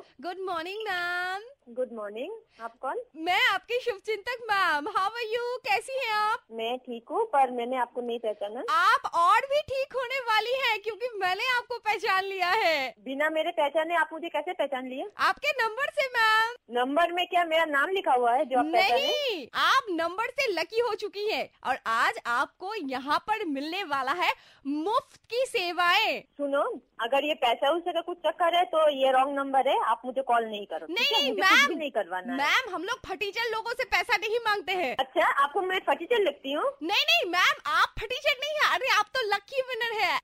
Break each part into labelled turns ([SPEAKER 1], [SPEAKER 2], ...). [SPEAKER 1] Morning ma'am
[SPEAKER 2] good morning आप कौन
[SPEAKER 1] मैं आपकी शुभचिंतक मैम हाउ आर यू कैसी हैं आप
[SPEAKER 2] मैं ठीक हूँ पर मैंने आपको नहीं पहचाना
[SPEAKER 1] आप और भी ठीक होने वाली हैं क्योंकि मैंने आपको पहचान लिया है
[SPEAKER 2] बिना मेरे पहचाने आप मुझे कैसे पहचान लिए
[SPEAKER 1] आपके नंबर से मैम
[SPEAKER 2] नंबर में क्या मेरा नाम लिखा हुआ है जो आप पहचाने
[SPEAKER 1] नहीं आप नंबर से लकी हो चुकी हैं और आज आपको यहाँ पर मिलने वाला है मुफ्त की सेवाएं
[SPEAKER 2] सुनो अगर ये पैसा उसे का कुछ चक्कर है तो ये रॉन्ग नंबर है आप मुझे कॉल नहीं करो
[SPEAKER 1] नहीं
[SPEAKER 2] ठीक है?
[SPEAKER 1] नहीं
[SPEAKER 2] मुझे कुछ भी
[SPEAKER 1] मैम
[SPEAKER 2] नहीं करवाना है
[SPEAKER 1] मैम हम लोग फटीचर लोगों से पैसा नहीं मांगते हैं
[SPEAKER 2] अच्छा आपको मैं फटीचर लगती हूँ
[SPEAKER 1] नहीं नहीं मैम आप फटीचर नहीं है अरे आप तो लकी विनर है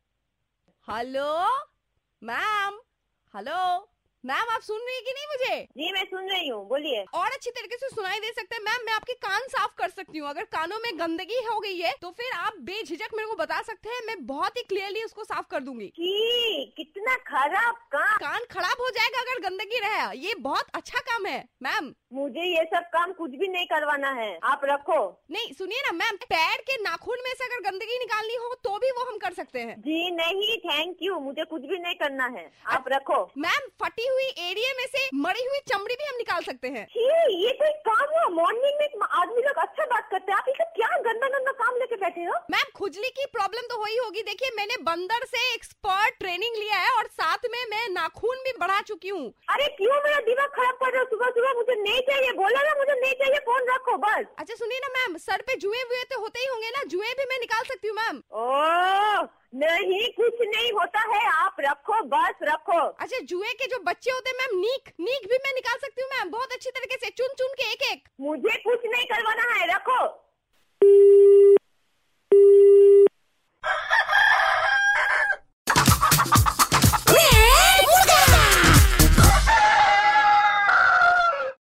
[SPEAKER 1] हेलो मैम हेलो मैम आप सुन रही हैं कि नहीं मुझे
[SPEAKER 2] जी मैं सुन रही हूँ बोलिए
[SPEAKER 1] और अच्छी तरीके से सुनाई दे सकता है मैम मैं आपके कान साफ कर सकती हूँ अगर कानों में गंदगी हो गई है तो फिर आप बेझिझक मेरे को बता सकते हैं मैं बहुत ही क्लियरली उसको साफ कर दूंगी
[SPEAKER 2] की कितना खराब काम
[SPEAKER 1] कान खराब हो जाएगा अगर गंदगी रहा ये बहुत अच्छा काम है मैम
[SPEAKER 2] मुझे ये सब काम कुछ भी नहीं करवाना है आप रखो
[SPEAKER 1] नहीं सुनिए ना मैम पैर के नाखून में से अगर गंदगी निकालनी हो तो भी वो हम कर सकते हैं
[SPEAKER 2] जी नहीं थैंक यू मुझे कुछ भी नहीं करना है आप
[SPEAKER 1] अच्छा।
[SPEAKER 2] रखो
[SPEAKER 1] मैम फटी हुई एरिया में से मरी हुई चमड़ी भी हम निकाल सकते हैं
[SPEAKER 2] छी, ये कोई काम हुआ मॉर्निंग में एक आदमी लोग अच्छा बात करते हैं आप ये सब क्या गंदा गंदा काम लेके बैठे हो
[SPEAKER 1] मैम खुजली की प्रॉब्लम तो हुई होगी देखिए मैंने बंदर से एक्सपर्ट ट्रेनिंग लिया है और साथ में मैं नाखून भी बढ़ा चुकी हूँ
[SPEAKER 2] अरे क्यों मेरा दिमाग खराब कर रहे हो सुबह सुबह मुझे नहीं चाहिए बोला ना मुझे नहीं चाहिए फोन रखो बस
[SPEAKER 1] अच्छा सुनिए ना मैम सर पे जुए हुए तो होते ही होंगे ना जुए भी मैं निकाल सकती हूँ मैम
[SPEAKER 2] ओ नहीं कुछ नहीं होता है आप रखो बस रखो
[SPEAKER 1] अच्छा जुए के जो बच्चे होते हैं मैम नीक नीक भी मैं निकाल सकती हूँ मैम बहुत अच्छी तरीके से चुन चुन के एक एक
[SPEAKER 2] मुझे कुछ नहीं करवाना है रखो